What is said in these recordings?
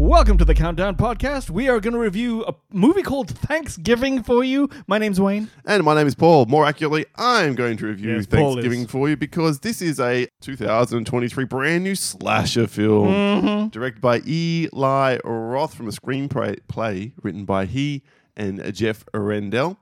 Welcome to the Countdown Podcast. We are going to review a movie called Thanksgiving for you. My name's Wayne. And my name is Paul. More accurately, I'm going to review Yes, Paul Thanksgiving is. for you because this is a 2023 brand new slasher film Mm-hmm. directed by Eli Roth from a screenplay play written by he and Jeff Arendelle.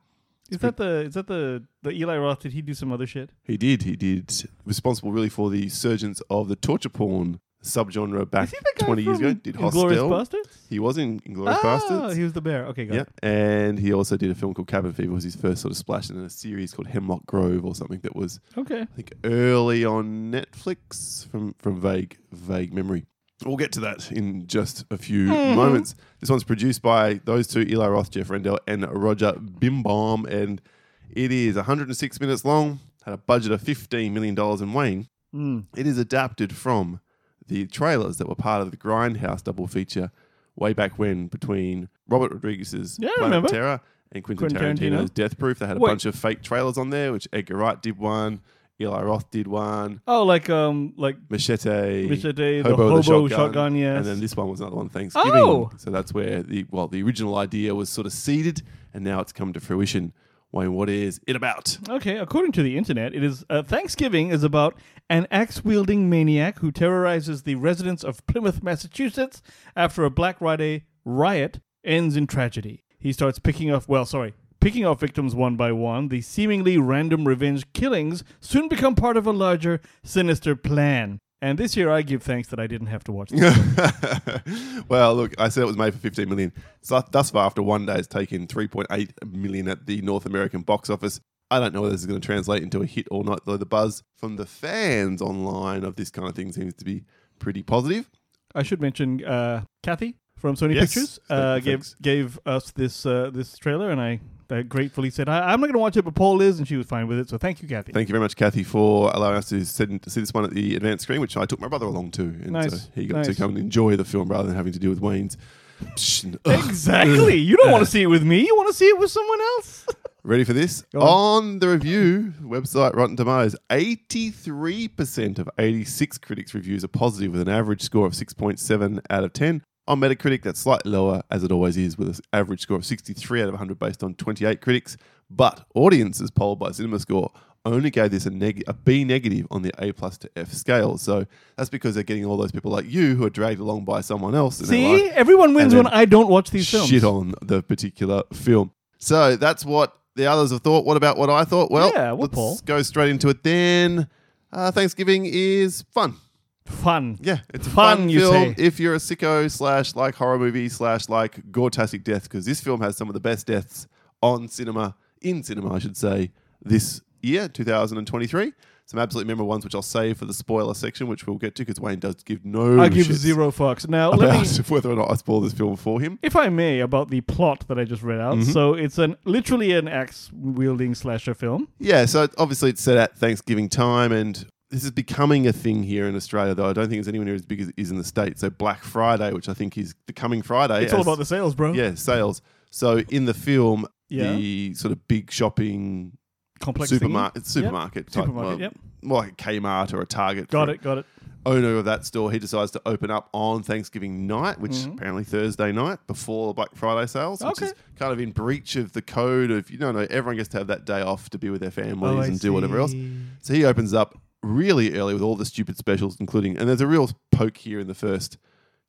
Is that the is that the the Eli Roth? Did he do some other shit? He did, he did. Responsible really for the surgence of the torture porn subgenre back Is he the guy 20 years from ago. Did Inglourious Hostel. Bastards? He was in Inglourious Oh, Bastards. he was the bear. Okay, got Yeah, it. and he also did a film called Cabin Fever, was his first sort of splash, and then a series called Hemlock Grove or something that was Okay. I think early on Netflix from from vague vague memory. We'll get to that in just a few moments. This one's produced by those two, Eli Roth, Jeff Rendell, and Roger Bimbaum, and it is 106 minutes long. Had a budget of 15 million dollars in Wayne. Mm. It is adapted from the trailers that were part of the Grindhouse double feature way back when between Robert Rodriguez's Yeah, I Planet remember. of Terror and Quentin, Quentin Tarantino's Tarantino. Death Proof. They had a Wait. bunch of fake trailers on there, which Edgar Wright did one, Eli Roth did one, Oh, like um, like Machete, Mr. Day, the Hobo hobo, with a shotgun. Shotgun, yes. and then this one was another one, Thanksgiving. Oh! So that's where the well, the original idea was sort of seeded, and now it's come to fruition. Wayne, what is it about? Okay, according to the internet, it is uh, Thanksgiving is about an axe-wielding maniac who terrorizes the residents of Plymouth, Massachusetts after a Black Friday riot ends in tragedy. He starts picking off, well, sorry, picking off victims one by one. The seemingly random revenge killings soon become part of a larger sinister plan. And this year I give thanks that I didn't have to watch this. well, look, I said it was made for 15 million. So thus far, after one day, it's taken 3.8 million at the North American box office. I don't know whether this is going to translate into a hit or not, though the buzz from the fans online of this kind of thing seems to be pretty positive. I should mention uh, Kathy from Sony Yes. Pictures Thank- uh, gave thanks. gave us this uh, this trailer, and I, I gratefully said I, I'm not going to watch it, but Paul is, and she was fine with it. So thank you, Kathy. Thank you very much, Kathy, for allowing us to send, see this one at the advanced screen, which I took my brother along to. And Nice. so he got to Nice. come and enjoy the film rather than having to deal with Wayne's. psh and ugh. exactly. You don't want to see it with me. You want to see it with someone else. Ready for this? Go on. the review website Rotten Tomatoes, 83% of 86 critics' reviews are positive with an average score of 6.7 out of 10. On Metacritic, that's slightly lower, as it always is, with an average score of 63 out of 100 based on 28 critics. But audiences polled by CinemaScore only gave this a, neg- a B negative on the A plus to F scale. So that's because they're getting all those people like you who are dragged along by someone else. In their life see, everyone wins And when then I don't watch these films. shit on the particular film. So that's what the others have thought. What about what I thought? Well, Yeah, well, let's Paul. go straight into it then. Uh, Thanksgiving is fun. Fun. Yeah, it's a Fun, fun, you say. film if you're a sicko slash like horror movie slash like gore-tastic death because this film has some of the best deaths on cinema in cinema, I should say, this year, 2023. Some absolutely memorable ones, which I'll save for the spoiler section, which we'll get to because Wayne does give no. I give shits zero fucks. Now let about me. whether or not I spoil this film for him. If I may, about the plot that I just read Mm-hmm. out. So it's an literally an axe wielding slasher film. Yeah, so it- obviously it's set at Thanksgiving time, and this is becoming a thing here in Australia, though I don't think it's anywhere near as big as it is in the States. So Black Friday, which I think is the coming Friday. It's all as- about the sales, bro. Uh, yeah sales. So in the film, Yeah. the sort of big shopping Complex thingy. supermarket, supermarket, type, Supermarket, well, yep. more like a Kmart or a Target. Got for it. Got it. Owner of that store, he decides to open up on Thanksgiving night, which apparently Thursday night before Black Friday sales, which Mm-hmm. Okay. is kind of in breach of the code of you know, no, everyone gets to have that day off to be with their families Oh, I and do whatever else. see. So he opens up really early with all the stupid specials, including, and there's a real poke here in the first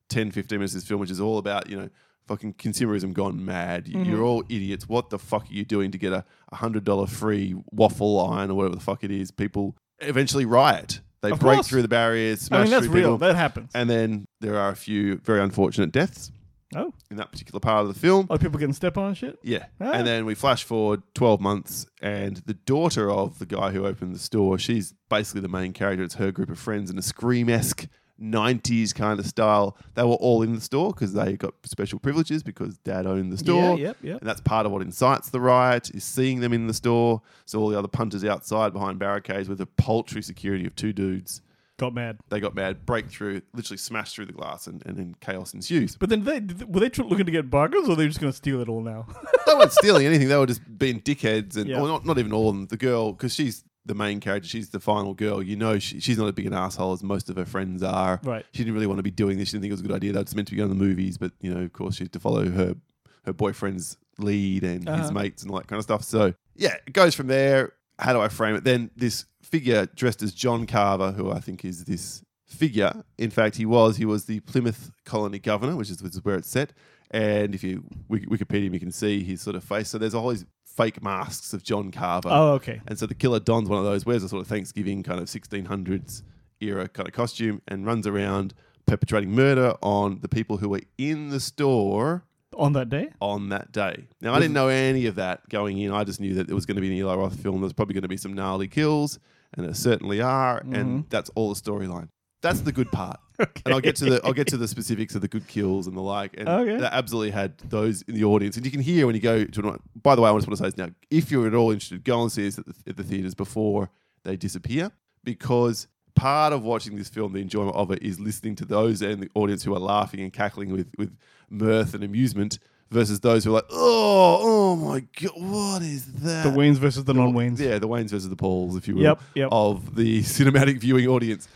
10, 15 minutes of this film, which is all about, you know, fucking consumerism gone mad. You- Mm-hmm. You're all idiots. What the fuck are you doing to get a $100 free waffle iron or whatever the fuck it is? People eventually riot. They Of break course. through the barriers, smash I mean, that's through people. real. That happens. and then there are a few very unfortunate deaths Oh, in that particular part of the film. other people getting stepped on and shit. Yeah. Ah. And then we flash forward 12 months, and the daughter of the guy who opened the store, she's basically the main character. It's her group of friends in a scream esque 90s kind of style. They were all in the store because they got special privileges because dad owned the store. Yeah, yep, yep. And that's part of what incites the riot is seeing them in the store. So all the other punters outside behind barricades with a paltry security of two dudes. Got mad. They got mad, break through, literally smash through the glass, and, and then chaos ensues. But then they did- were they tr- looking to get bargains, or they just going to steal it all now? they weren't stealing anything. They were just being dickheads, and Yeah. well, not not even all of them. The girl, because she's the main character, she's the final girl. You know, she, she's not as big an asshole as most of her friends are. Right. She didn't really want to be doing this. She didn't think it was a good idea. That was meant to be going to the movies, but you know, of course, she had to follow her her boyfriend's lead and Uh-huh. his mates and all that kind of stuff. So yeah, it goes from there. How do I frame it? Then this figure dressed as John Carver, who I think is this figure. In fact, he was he was the Plymouth colony governor, which is, which is where it's set. And if you Wik- Wikipedia, him, you can see his sort of face. So there's all these fake masks of John Carver. Oh, okay. And so the killer dons one of those, wears a sort of Thanksgiving kind of 1600s era kind of costume, and runs around perpetrating murder on the people who were in the store On that day? on that day. Now, I didn't know any of that going in. I just knew that it was going to be an Eli Roth film. There's probably going to be some gnarly kills, and there certainly are. And that's all the storyline. That's the good part. And I'll get to the I'll get to the specifics of the good kills and the like. And Okay. that absolutely had those in the audience. And you can hear when you go to. An, by the way, I just want to say this now. If you're at all interested, go and see this at the, at the theaters before they disappear, because part of watching this film, the enjoyment of it, is listening to those in the audience who are laughing and cackling with with mirth and amusement, versus those who are like, oh, oh my god, what is that? The Waynes versus the non Waynes. Yeah, the Waynes versus the Pauls, if you will, Yep, yep. of the cinematic viewing audience.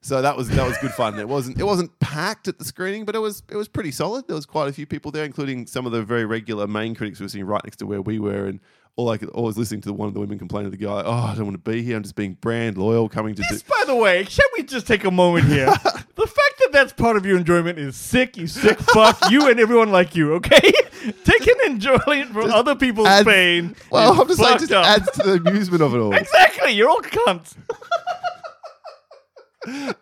So that was that was good fun. It wasn't it wasn't packed at the screening, but it was it was pretty solid. There was quite a few people there, including some of the very regular main critics who were sitting right next to where we were, and all I could always listening to the one of the women complain to the guy, "Oh, I don't want to be here. I'm just being brand loyal, coming to." This, Do- by the way, shall we just take a moment here? the fact that that's part of your enjoyment is sick, you sick fuck, you and everyone like you, okay? Taking enjoyment from other people's adds- pain. is well, I'm just like fucked just up. adds to the amusement of it all. Exactly, you're all cunts.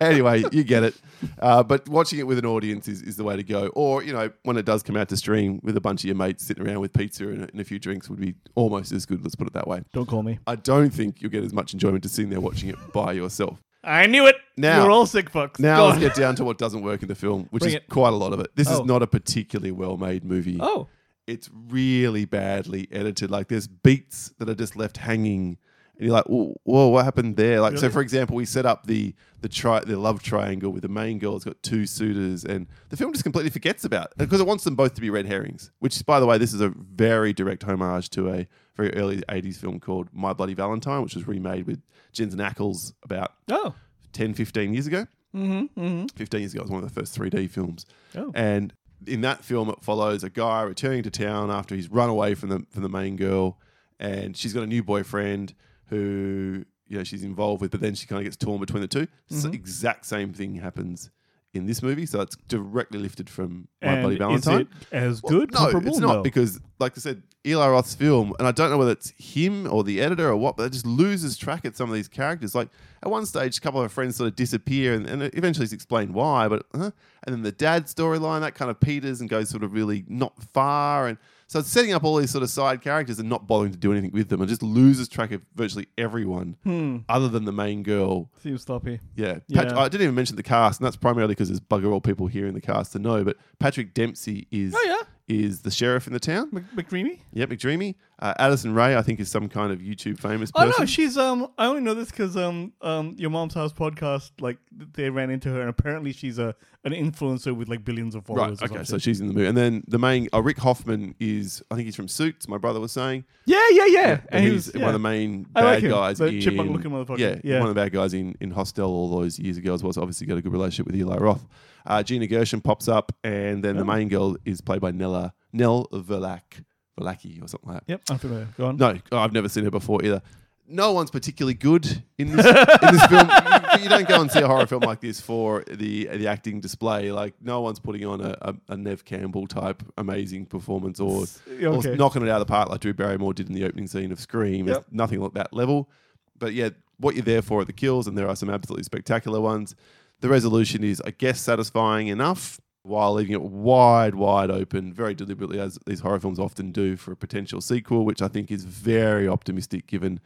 anyway, you get it. Uh, but watching it with an audience is, is the way to go. Or, you know, when it does come out to stream with a bunch of your mates sitting around with pizza and, a- and a few drinks would be almost as good, let's put it that way. Don't call me. I don't think you'll get as much enjoyment as sitting there watching it by yourself. I knew it. Now- you're all sick fucks. Now Go let's on. get down to what doesn't work in the film, which Bring is it. quite a lot of it. This Oh. is not a particularly well made movie. oh, It's really badly edited. Like there's beats that are just left hanging. And you're like, whoa, whoa what happened there? Like, so Really? for example, we set up the the tri- the love triangle with the main girl. It's got two suitors, and the film just completely forgets about it because it wants them both to be red herrings. Which, by the way, this is a very direct homage to a very early '80s film called My Bloody Valentine, which was remade with Jensen Ackles about oh, 10, 15 years ago. mm-hmm, mm-hmm. 15 years ago. It was one of the first 3D films. Oh. And in that film, it follows a guy returning to town after he's run away from the from the main girl, and she's got a new boyfriend who you know she's involved with, but then she kind of gets torn between the 2 Mm-hmm. So exact same thing happens in this movie, so it's directly lifted from My and Bloody Valentine. Is it as Well, good? No, comparable? it's not No. because, like I said, Eli Roth's film, and I don't know whether it's him or the editor or what, but it just loses track at some of these characters. Like at one stage, a couple of her friends sort of disappear, and, and eventually it's explained why. But huh? and then the dad storyline that kind of peters and goes sort of really not far, and so it's setting up all these sort of side characters and not bothering to do anything with them, and just loses track of virtually everyone other than the main girl. Seems sloppy. Yeah. Pat- Hmm. Yeah. I didn't even mention the cast, and that's primarily because there's bugger all people here in the cast to know. But Patrick Dempsey is Oh, yeah. is the sheriff in the town. Mc- McDreamy? Yep, McDreamy. Uh, Addison Ray, I think, is some kind of YouTube famous Oh person. no, she's um. I only know this because um um your mom's house podcast like they ran into her and apparently she's a an influencer with like billions of followers. right. Okay. So she's in the movie, and then the main uh, Rick Hoffman is, I think he's from Suits. My brother was saying. yeah, yeah, yeah, And he's yeah. one of the main I bad like him, guys. the in, chipmunk-looking motherfucker. Yeah, Yeah. one of the bad guys in, in Hostel all those years ago as well. So obviously got a good relationship with Eli Roth. Uh, Gina Gershon pops up, and then the main girl is played by Nella Nell Verlack, Verlacki or something like that. Yep, I'm familiar. Go on. No, oh, I've never seen her before either. No one's particularly good in this, in this film. You, you don't go and see a horror film like this for the the acting display. Like no one's putting on a, a, a Nev Campbell type amazing performance or, Okay. or knocking it out of the park like Drew Barrymore did in the opening scene of Scream. It's Yep. nothing like that level. But yeah, what you're there for are the kills, and there are some absolutely spectacular ones. The resolution is, I guess, satisfying enough while leaving it wide, wide open, very deliberately, as these horror films often do, for a potential sequel, which I think is very optimistic given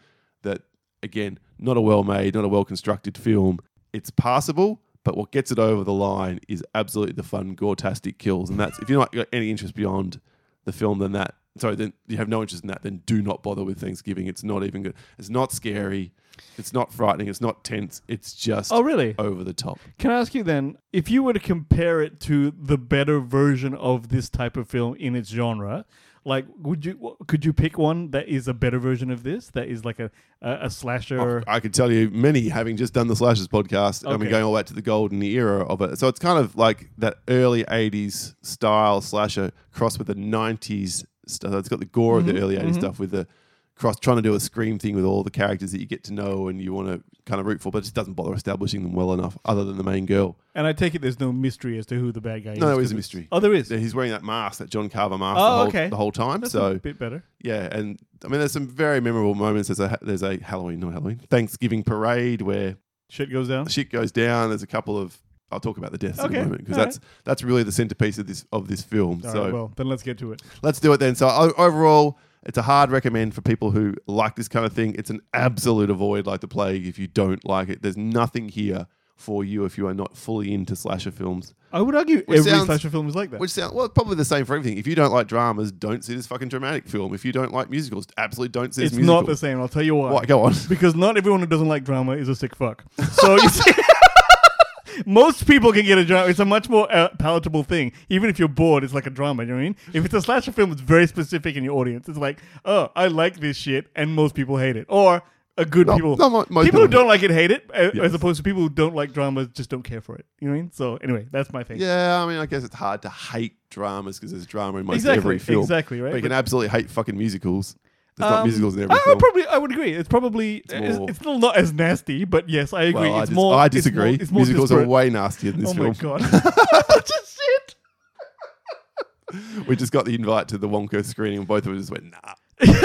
that, again, not a well made, not a well constructed film. It's passable, but what gets it over the line is absolutely the fun, gore-tastic kills. And that's, if you're not got any interest beyond the film than that. Sorry, then you have no interest in that. Then do not bother with Thanksgiving. It's not even good. It's not scary. It's not frightening. It's not tense. It's just Oh really? over the top. Can I ask you then if you were to compare it to the better version of this type of film in its genre, Like, would you w- could you pick one that is a better version of this? That is like a a, a slasher. I could tell you many, having just done the Slashes podcast, I mean, Okay. going all back to the golden era of it. So it's kind of like that early 80s style slasher crossed with the 90s stuff. It's got the gore of Mm-hmm. the early 80s stuff with the cross, trying to do a scream thing with all the characters that you get to know and you want to kind of root for, but it just doesn't bother establishing them well enough, other than the main girl. and I take it there's no mystery as to who the bad guy is. No, there 'cause is a it's- mystery. Oh, there is. So He's wearing that mask, that John Carver mask, Oh, the, whole, okay. the whole time. That's so a bit better. yeah, and I mean, there's some very memorable moments. There's a there's a Halloween, not Halloween, Thanksgiving parade where Shit goes down. shit goes down. There's a couple of I'll talk about the deaths in Okay, a moment because all that's that's really the centerpiece of this of this film. All so right, well, then let's get to it. let's do it then. So o- overall, it's a hard recommend for people who like this kind of thing. It's an absolute avoid like the plague if you don't like it. There's nothing here for you if you are not fully into slasher films. I would argue Which every sounds- slasher film is like that. Which sound well, probably the same for everything. If you don't like dramas, don't see this fucking dramatic film. If you don't like musicals, absolutely don't see it's this musical. not the same. I'll tell you why. Why- Go on. Because not everyone who doesn't like drama is a sick fuck. So you see, most people can get a drama. It's a much more uh, palatable thing. Even if you're bored, it's like a drama. You know what I mean? If it's a slasher film, it's very specific in your audience. It's like, oh, I like this shit, and most people hate it, or a good No, people. no, mo- most people who people- don't like it hate it, a- Yes. as opposed to people who don't like dramas just don't care for it. You know what I mean? So anyway, that's my thing. Yeah, I mean, I guess it's hard to hate dramas because there's drama in most Exactly, every film. exactly, right? But you can But- absolutely hate fucking musicals. There's not Um, musicals in every I, I film. probably I would agree. It's probably it's, more- it's still not as nasty, but yes, I agree. well, I, it's dis- more. I it's more- disagree. It's more, musicals disparate. are way nastier than this oh film. my god! Just shit. We just got the invite to the Wonka screening, and both of us just went, nah.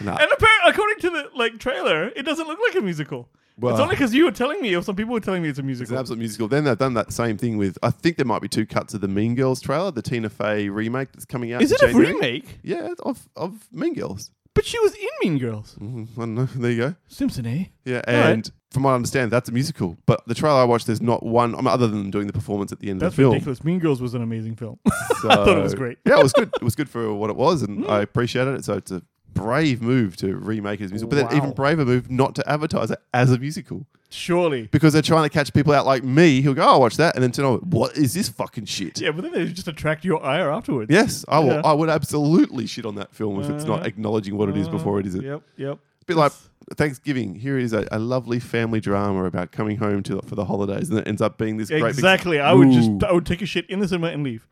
And apparently, according to the like trailer, it doesn't look like a musical. Well- it's only because you were telling me, or some people were telling me it's a It's an musical. absolute musical. Then they've done that same thing with, I think there might be two cuts of the Mean Girls trailer, the Tina Fey remake that's coming out. Is in it a January. remake? Yeah, of, of Mean Girls. But she was in Mean Girls. Mm, I don't know. There you go. Simpson, eh? Yeah, All right. and from what I understand, that's a musical. But the trailer I watched, there's not one I mean, other than doing the performance at the end That's of the film. ridiculous. Mean Girls was an amazing film. So, I thought it was great. Hmm. yeah, it was good. It was good for what it was, and I appreciated it. So it's a brave move to remake it as a musical, but then even Wow. braver move not to advertise it as a musical Surely. because they're trying to catch people out like me who'll go, "Oh, "I'll watch that," and then turn on, "What is this fucking shit?" Yeah, but then they just attract your ire afterwards. Yes, I will. Yeah. I would absolutely shit on that film if it's not Uh-huh. acknowledging what it is before it is. Yep. Yep. bit like Thanksgiving. Here is a, a lovely family drama about coming home to for the holidays, and it ends up being this great. big- Exactly. I would just Ooh. I would take a shit in the cinema and leave.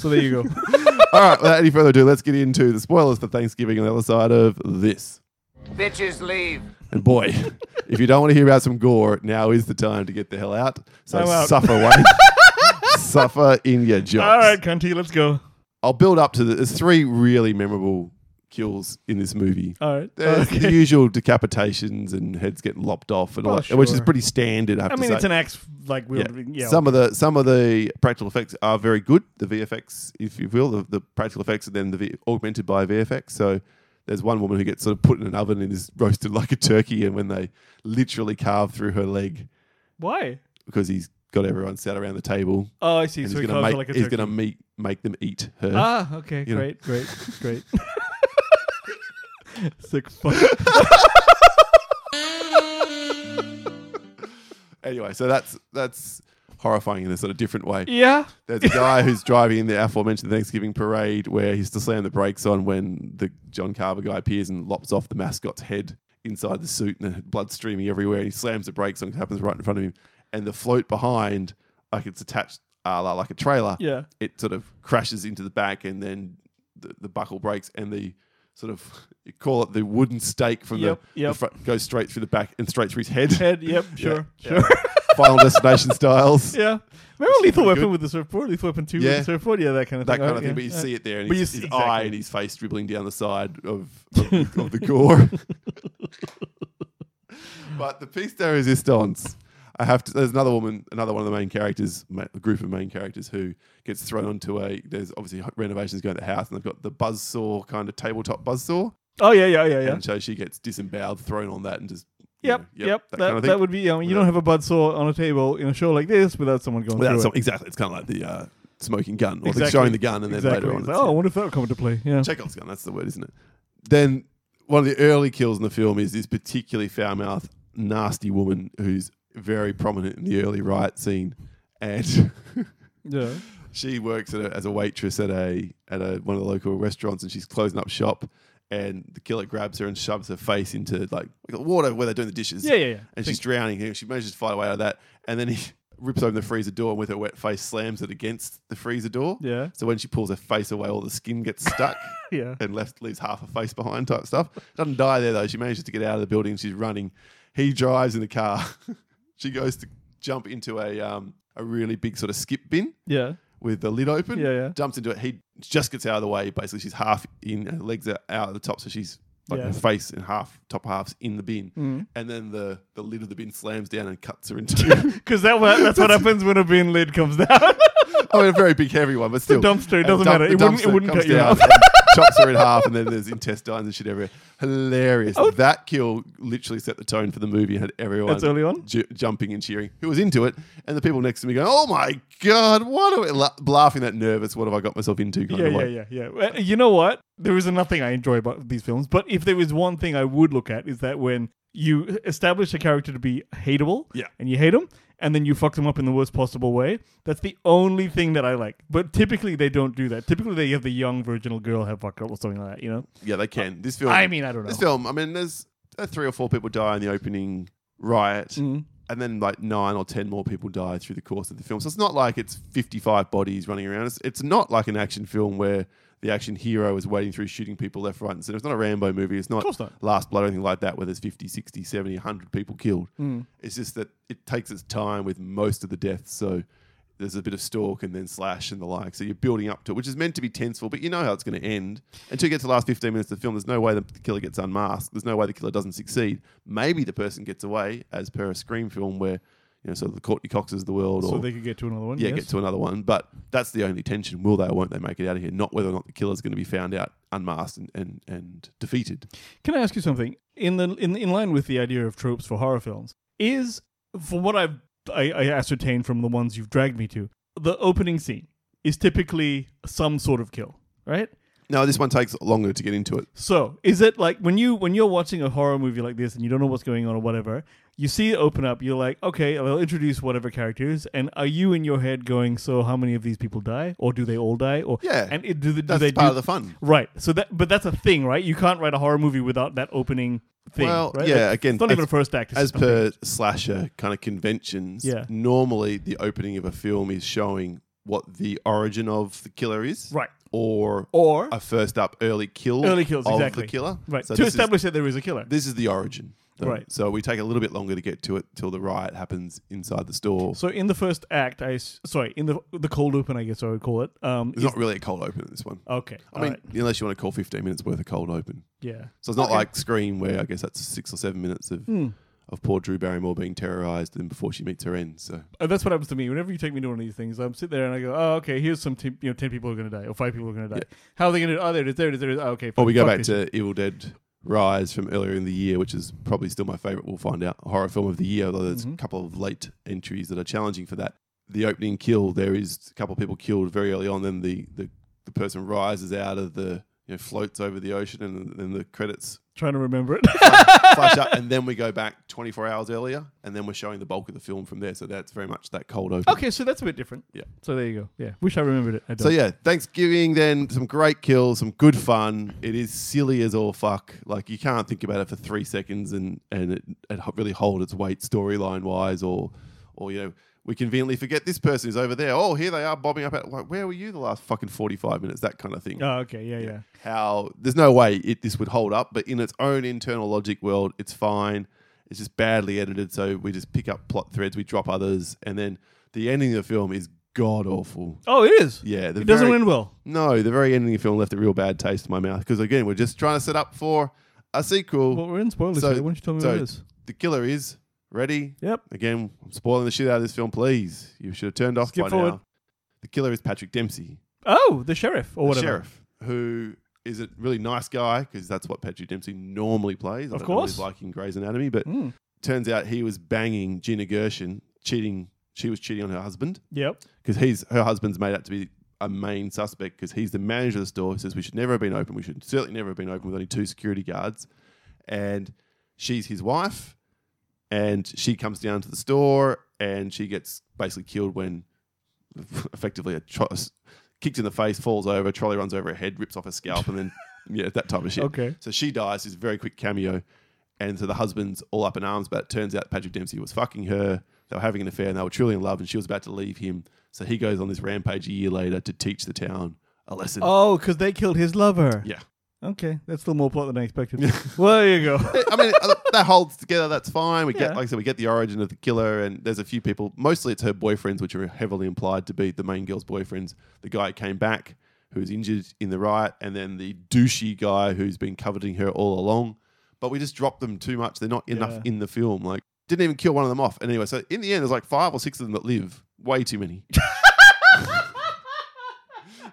So there you go. All right. Without any further ado, let's get into the spoilers for Thanksgiving on the other side of this. Bitches leave. And boy, if you don't want to hear about some gore, now is the time to get the hell out. So I'm out. suffer, Wayne. suffer in your jobs. All right, cunty, let's go. I'll build up to the. There's three really memorable kills in this movie. All right. There's Uh, Okay. the usual decapitations and heads getting lopped off and all Oh, that, which is sure. pretty standard. I have I to mean, say. it's an axe like we yeah. were yeah. Some of the some of the practical effects are very good. The VFX, if you will, the, the practical effects, and then the v- augmented by VFX. So there's one woman who gets sort of put in an oven and is roasted like a turkey, and when they literally carve through her leg Why? because he's got everyone sat around the table, Oh, I see. and so he's he gonna calls make her like a he's turkey. gonna make make them eat her. Ah, okay, You know. great, great, great. Sick fuck. Anyway, so that's that's horrifying in a sort of different way. Yeah. There's a guy who's driving the aforementioned Thanksgiving parade where he's to slam the brakes on when the John Carver guy appears and lops off the mascot's head inside the suit and the blood streaming everywhere. he slams the brakes on, it happens right in front of him. And the float behind, like it's attached a la like a trailer, Yeah. it sort of crashes into the back and then the, the buckle breaks and the sort of, you call it the wooden stake from Yep, the, yep. the front goes straight through the back and straight through his head. Head, yep, sure, Yeah. sure. Final destination styles. Yeah. Remember Lethal pretty Weapon good. with the surfboard, Lethal Weapon 2 with Yeah. the surfboard? Yeah, that kind of that thing. kind Alright, of thing. yeah, But you yeah. see it there, and But his, you his see- eye exactly. and his face dribbling down the side of of, of the gore. but the piece de resistance, I have to. There's another woman, another one of the main characters, ma- a group of main characters who gets thrown onto a. There's obviously renovations going to the house, and they've got the buzzsaw kind of tabletop buzzsaw, Oh, yeah, yeah, yeah, yeah. and so she gets disemboweled, thrown on that, and just you Yep, know, yep. That, that, that, kind of thing. would be, um, you don't have a buzzsaw on a table in a show like this without someone going Without through some- it. exactly, it's kind of like the uh, smoking gun, or Exactly. the showing the gun, and then exactly. later on, It's it's- like, oh, I wonder if that would come into play. Yeah. Chekhov's gun, that's the word, isn't it? Then one of the early kills in the film is this particularly foul mouthed, nasty woman who's very prominent in the early riot scene. And Yeah. she works at a, as a waitress at a at a one of the local restaurants, and she's closing up shop. And the killer grabs her and shoves her face into like water where they're doing the dishes. Yeah, yeah, yeah. And she's drowning. And she manages to fight away out of that. And then he rips open the freezer door and with her wet face slams it against the freezer door. Yeah. So when she pulls her face away, all the skin gets stuck. Yeah. and left leaves half her face behind type stuff. Doesn't die there though. She manages to get out of the building. She's running. He drives in the car. she goes to jump into a um, a really big sort of skip bin Yeah. with the lid open. Yeah, yeah. Jumps into it. He just gets out of the way. Basically, she's half in. Her legs are out of the top, so she's like Yeah. her face and half top half's in the bin. Mm. And then the the lid of the bin slams down and cuts her in two. Because that, wa- that's what happens when a bin lid comes down. I mean, a very big, heavy one, but still. dumpster, it And doesn't the matter. the It wouldn't- it dumpster wouldn't comes cut you down off. and chops her in half, and then there's intestines and shit everywhere. Hilarious. Oh. That kill literally set the tone for the movie. Had everyone That's early on? ju- jumping and cheering. Who was into it? And the people next to me going, "Oh my god, what?" Are we, la- laughing that nervous. What have I got myself into? Kind yeah, of yeah, way. yeah, yeah. Well, You know what? There is nothing I enjoy about these films, but if there is one thing I would look at is that when you establish a character to be hateable, Yeah. and you hate them, and then you fuck them up in the worst possible way. That's the only thing that I like. But typically they don't do that. Typically they have the young virginal girl have fuck up or something like that. You know? Yeah, they can. This film. I mean, I don't know. this film. I mean, there's uh, three or four people die in the opening riot, Mm. and then like nine or ten more people die through the course of the film. So it's not like it's 55 bodies running around. It's, it's not like an action film where the action hero is wading through shooting people left, right, and center. It's not a Rambo movie. It's not, course not. Last Blood or anything like that where there's 50, 60, 70, 100 people killed. It's just that it takes its time with most of the deaths. So there's a bit of stalk and then slash and the like. So you're building up to it, which is meant to be tenseful, but you know how it's going to end. Until you get to the last 15 minutes of the film, there's no way the killer gets unmasked. There's no way the killer doesn't succeed. Maybe the person gets away, as per a Scream film where, you know, sort of the Courtney Coxes of the world So or, they could get to another one. yeah, yes. get to another one. But that's the only tension. Will they or won't they make it out of here? Not whether or not the killer's going to be found out, unmasked, and, and, and defeated. Can I ask you something? In the in in line with the idea of tropes for horror films, is from what I've I, I ascertained from the ones you've dragged me to, the opening scene is typically some sort of kill, right? No, this one takes longer to get into it. So is it like when you when you're watching a horror movie like this and you don't know what's going on or whatever, you see it open up, you're like, okay, they'll introduce whatever characters, and are you in your head going, so how many of these people die, or do they all die, or Yeah. and it, do, they- do That's they part do, of the fun. Right. So that, but that's a thing, right? You can't write a horror movie without that opening thing. Well, right? yeah, Like, again, it's not even as- a first act. it's as just something. per slasher kind of conventions, Yeah. normally the opening of a film is showing what the origin of the killer is, Right. Or or a first up early kill, early kills of exactly the killer, Right. Uh, So to this is- establish that there is a killer. this is the origin, though. Right. So we take a little bit longer to get to it till the riot happens inside the store. so in the first act, I s- sorry, in the the cold open, I guess I would call it. Um, There's not really a cold open in this one. okay. I mean, alright, unless you want to call 15 minutes worth of cold open. yeah. So it's not Okay. Hmm. like Scream, where I guess that's six or seven minutes of of poor Drew Barrymore being terrorized and before she meets her end. So Uh, that's what happens to me. Whenever you take me to one of these things, I'm sit there and I go, "Oh, okay. Here's some, t- you know, ten people are going to die, or five people are going to die. How are they going to? Oh, there it is. There it is. There it is. Oh, okay. Or we go fuck back this. to Evil Dead Rise from earlier in the year, which is probably still my favorite. We'll find out horror film of the year, although there's Mm-hmm. a couple of late entries that are challenging for that. The opening kill, there is a couple of people killed very early on. Then the the, the person rises out of the you know, floats over the ocean, and then the credits trying to remember it. flash up, and then we go back 24 hours earlier, and then we're showing the bulk of the film from there. So that's very much that cold open. okay, so that's a bit different. Yeah. So there you go. Yeah. Wish I remembered it. I don't. So yeah, Thanksgiving then some great kills, some good fun. It is silly as all fuck. Like you can't think about it for three seconds and and it, it ho- really hold its weight storyline wise, or or you know we conveniently forget this person is over there. Oh, here they are bobbing up. At, like where were you the last fucking forty five minutes? That kind of thing. Oh, okay. Yeah. Yeah. How there's no way it this would hold up, but in its own internal logic world, it's fine. It's just badly edited, so we just pick up plot threads, we drop others, and then the ending of the film is god awful. Oh, it is. Yeah, the It doesn't very- end well. No, the very ending of the film left a real bad taste in my mouth because again, we're just trying to set up for a sequel. Well, we're in spoilers. So- So, why don't you tell me so- what it is? the killer is ready. Yep. Again, I'm spoiling the shit out of this film. Please, you should have turned off Skip by forward. now. The killer is Patrick Dempsey, Oh, the sheriff or the whatever. sheriff, who is a really nice guy because that's what Patrick Dempsey normally plays. I Of don't know what he's course. like in Grey's Anatomy, but Mm. turns out he was banging Gina Gershon, cheating. She was cheating on her husband. Yep. because he's her husband's made out to be a main suspect because he's the manager of the store. He says we should never have been open. We should certainly never have been open with only two security guards, and she's his wife, and she comes down to the store and she gets basically killed when effectively a, tro- kicked in the face, falls over, trolley runs over her head, rips off her scalp, and then yeah, that type of shit. Okay. So she dies. It's a very quick cameo, and so the husband's all up in arms. But it turns out Patrick Dempsey was fucking her. They were having an affair, and they were truly in love, and she was about to leave him. So he goes on this rampage a year later to teach the town a lesson. Oh, because they killed his lover. Yeah. Okay, that's a little more plot than I expected. well, there you go. I mean, uh, that holds together. That's fine. We Yeah. get, like I said, we get the origin of the killer, and there's a few people. Mostly, it's her boyfriends, which are heavily implied to be the main girl's boyfriends. The guy who came back, who was injured in the riot, and then the douchey guy who's been coveting her all along. But we just dropped them too much. They're not enough Yeah. in the film. Like, didn't even kill one of them off. And anyway, so in the end, there's like five or six of them that live. Way too many.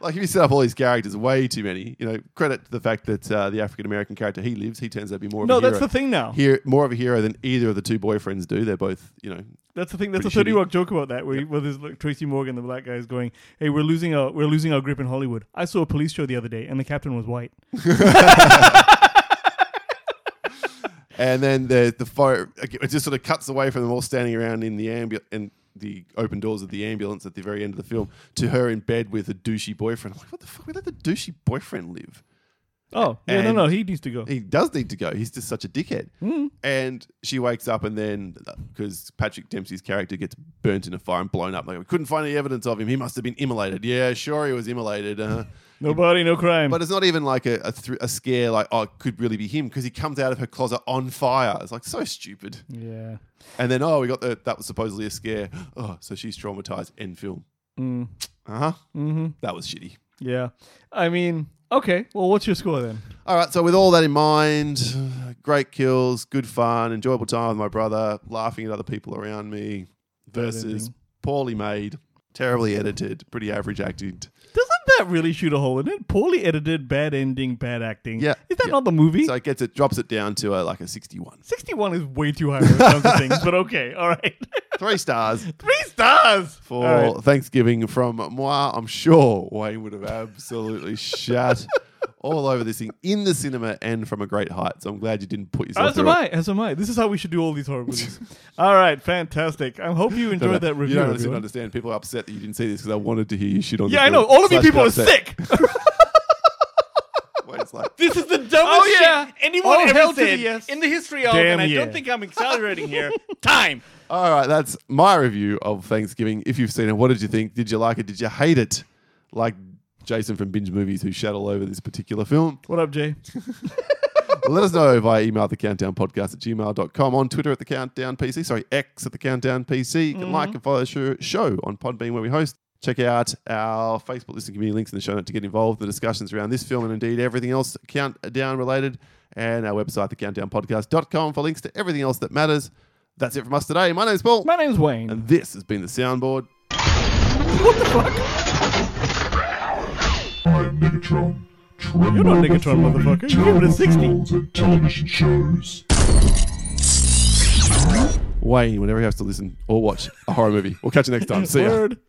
like if you set up all these characters, way too many. You know, credit to the fact that uh, the African American character he lives, he turns out to be more. Of No, a hero that's the thing now. here more of a hero than either of the two boyfriends do. They're both, you know, That's the thing. That's a Thirty Pretty shitty. Rock joke about that, where, he, where there's like Tracy Morgan, the black guy, is going, "Hey, we're losing our we're losing our grip in Hollywood." I saw a police show the other day, and the captain was white. and then the the fire it just sort of cuts away from them all standing around in the ambulance and the open doors of the ambulance at the very end of the film to her in bed with a douchey boyfriend. I'm like, what the fuck? We let the douchey boyfriend live. Oh, yeah, no, And- no, he needs to go. He does need to go. He's just such a dickhead. And she wakes up, and then because Patrick Dempsey's character gets burnt in a fire and blown up, like we couldn't find any evidence of him. He must have been immolated. Yeah, sure, he was immolated. Uh, No body, no crime. But it's not even like a, a, thr a scare, like, oh, it could really be him because he comes out of her closet on fire. It's like so stupid. yeah, And then, oh, we got the, that was supposedly a scare. Oh, so she's traumatized, end film. Uh huh. Mm-hmm. That was shitty. Mm, yeah. I mean, okay. Well, what's your score then? All right, so with all that in mind, great kills, good fun, enjoyable time with my brother, laughing at other people around me versus ending. poorly made, terribly edited, pretty average acted. Doesn't that really shoot a hole in it? Poorly edited, bad ending, bad acting. Yeah, is that yeah. not the movie? So it gets it drops it down to a, like a 61. 61 is way too high when it comes to things, but okay, all right. Three stars. Three stars! for All right. Thanksgiving from moi. I'm sure Wayne would have absolutely shat all over this thing in the cinema and from a great height. So I'm glad you didn't put yourself. As am through it. I, as am I. This is how we should do all these horror movies. all right, fantastic. I hope you enjoyed that review. uh, You don't everyone. understand, understand. People are upset that you didn't see this because I wanted to hear you shit on. Yeah, the I know. film. All of you Slash people be are upset. sick. Wayne's like, This is the dumbest Oh, yeah. shit anyone All hell ever to the said yes. in the history of, Damn and I yeah. don't think I'm exaggerating here. Time. all right, that's my review of Thanksgiving. If you've seen it, what did you think? Did you like it? Did you hate it? Like Jason from Binge Movies, who shat all over this particular film. What up, Jay? Let us know via email the countdown podcast at gmail.com, on Twitter at the countdown PC, sorry, X at the countdown PC. You can Mm-hmm. like and follow the show, show on Podbean where we host. Check out our Facebook listening community links in the show note to get involved in the discussions around this film and indeed everything else countdown related, and our website, thecountdownpodcast.com, for links to everything else that matters. That's it from us today. My name's Paul, My name's Wayne. and this has been the soundboard. I'm Negatron. You're not Negatron, motherfucker. You gave it a 60. television shows. Wayne, whenever he has to listen or watch a horror movie. We'll catch you next time. See ya. Word.